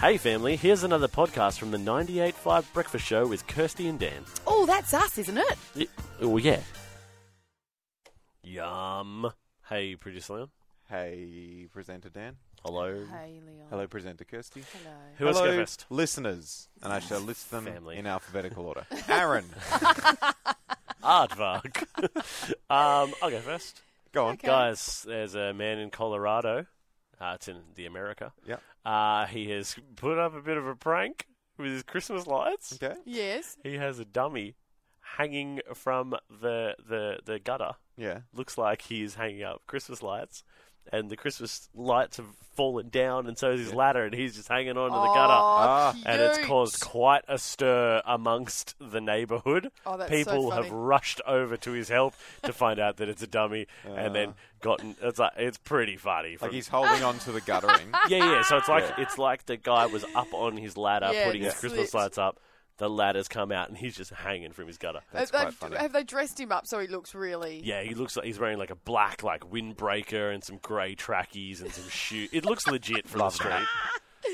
Hey, family, here's another podcast from the 98.5 Breakfast Show with Kirsty and Dan. Oh, that's us, isn't it? Y- Oh, yeah. Yum. Hey, producer Leon. Hey, presenter Dan. Hello. Hey, Leon. Hello, presenter Kirsty. Hello. Who else Hello, go first? listeners, and I shall list them Family. in alphabetical order. Aaron, Aardvark. um, I'll go first. go on. Okay. Guys, there's a man in Colorado. Uh, it's in the America. Yep. Uh, he has put up a bit of a prank with his Christmas lights. Okay. Yes. He has a dummy hanging from the the, the gutter. Yeah. looks like he is hanging up Christmas lights, and the Christmas lights have fallen down, and so is his ladder, and he's just hanging on to the gutter. Oh, Ah. cute. And it's caused quite a stir amongst the neighbourhood. Oh, that's so People have funny. rushed over to his help to find out that it's a dummy, and then gotten. It's like it's pretty funny. Uh. Like from- he's holding on to the guttering. yeah, yeah. So it's like Yeah. it's like the guy was up on his ladder, Yeah, putting and his he Christmas slipped. lights up. The ladder's come out, and he's just hanging from his gutter. That's have, quite they- funny. have they dressed him up so he looks really? Yeah, he looks like he's wearing like a black like windbreaker and some grey trackies and some shoe. It looks legit from the Love that. street. I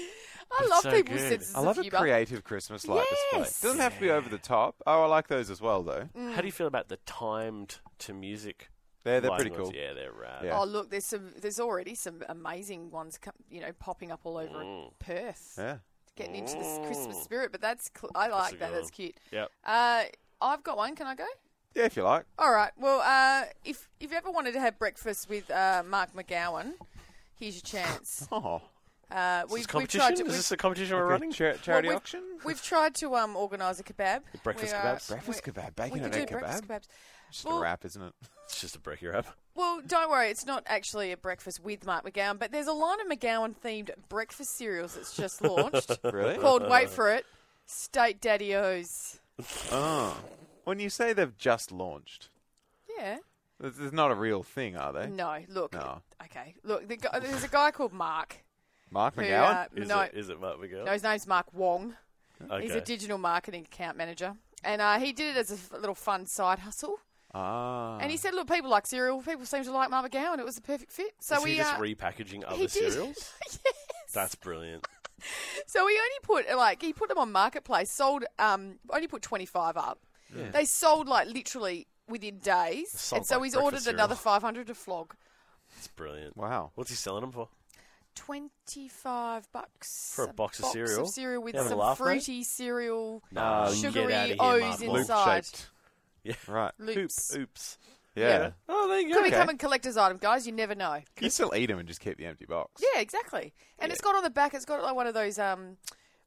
It's love so people's good. senses I of love a humour. creative Christmas light Yes. display. Doesn't have to be over the top. Oh, I like those as well, though. Mm. How do you feel about the timed to music? They're they're lighting pretty cool. ones? Yeah, they're rad. Yeah. Oh look, there's some. There's already some amazing ones, com- you know, popping up all over Mm. Perth, Yeah. getting into this Christmas spirit. But that's cl- I like a that. good That's one. cute. Yep. Uh, I've got one. Can I go? Yeah, if you like. All right. Well, uh, if if you ever wanted to have breakfast with uh, Mark McGowan, here's your chance. Oh. Uh, Is we've, this we've competition? tried Is to. we've- this a competition we're Okay, running? cha- charity Well, we've- auction? We've tried to um, organise a kebab. breakfast We are- kebabs? Breakfast we- kebab, We bacon could and do egg breakfast kebab. kebabs. Just well- a wrap, isn't it? It's just a break your up. Well, don't worry, it's not actually a breakfast with Mark McGowan, but there's a line of McGowan themed breakfast cereals that's just launched Really? called, wait for it, State Daddy O's. oh. When you say they've just launched, Yeah. this is not a real thing, are they? No, look. No. Okay. Look, the, guy- there's a guy called Mark. Mark Who, McGowan? uh, Is no, it? Is it Mark McGill? no, his name's Mark Wong. okay. He's a digital marketing account manager. And uh, he did it as a f- little fun side hustle. ah. And he said, look, people like cereal. People seem to like Mark McGowan. It was the perfect fit. So is we he just uh, repackaging other he did. cereals? That's brilliant. So he only put like he put them on marketplace, sold um only put twenty five up. They sold like literally within days, Sold and so like he's breakfast ordered cereal. another five hundred to flog. It's brilliant. Wow. What's he selling them for? Twenty five bucks For a box of cereal? cereal with You having a some laugh, mate? fruity cereal, No, you Ah, get sugary outta here, Mark O's Wong. inside. Loop-shaped. Yeah. Right. Loops. Oop, oops. Yeah. Oh, there you go. Could Okay. become a collector's item, guys. You never know. You still eat them and just keep the empty box. Yeah, exactly. And it's got on the back. It's got like one of those um,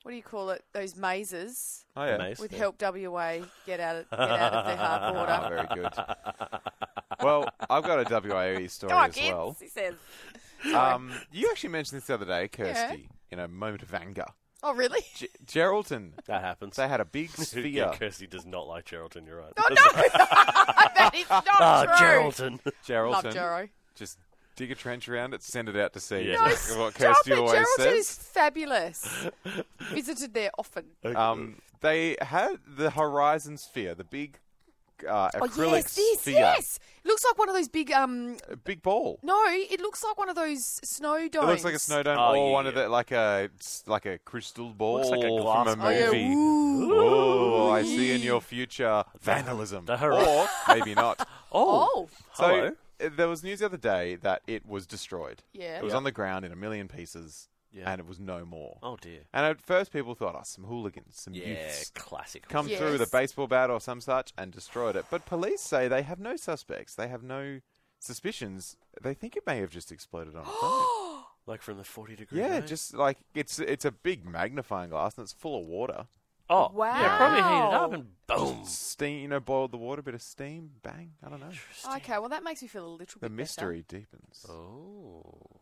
what do you call it? Those mazes Oh, yeah. Amazing. with help WA get out of get out of their hard Ah, border. very good. well, I've got a WAE story Come on, as kids, well. he says. Um, you actually mentioned this the other day, Kirsty, in a moment of anger. Oh, really? G- Geraldton, That happens. they had a big yeah, sphere. Kirsty does not like Geraldton, you're right. Oh, no! that is not Ah, true. Geraldton. Love Geraldton, Jero. just dig a trench around it, send it out to sea. Yeah. No, Is what Stop Kirsty it. always Geraldton says. is fabulous. Visited there often. Um, they had the Horizon Sphere, the big uh, Oh, acrylic yes, this, sphere, yes. Looks like one of those big, um, a big ball. no, it looks like one of those snow domes. It looks like a snow dome, Oh, or yeah, one of yeah. the like a like a crystal ball like a glass uh, from a Oh, yeah. movie. Ooh. Oh, I see in your future vandalism, the hor- or maybe not. Oh, So Hello. uh, there was news the other day that it was destroyed. Yeah. it was Yeah. on the ground in a million pieces, Yeah. and it was no more. Oh, dear. And at first, people thought, "Oh, some hooligans, some Yeah, youths." classic. Come through with a Yes. baseball bat or some such and destroyed it. But police say they have no suspects. They have no suspicions. They think it may have just exploded on its own. Like from the 40 degree. Yeah, range. just like it's it's a big magnifying glass and it's full of water. Oh, yeah, probably heated Wow. up and boom. Steam, you know, boiled the water, bit of steam, bang. I don't know. okay. Well, that makes me feel a little bit The better. mystery deepens. Oh.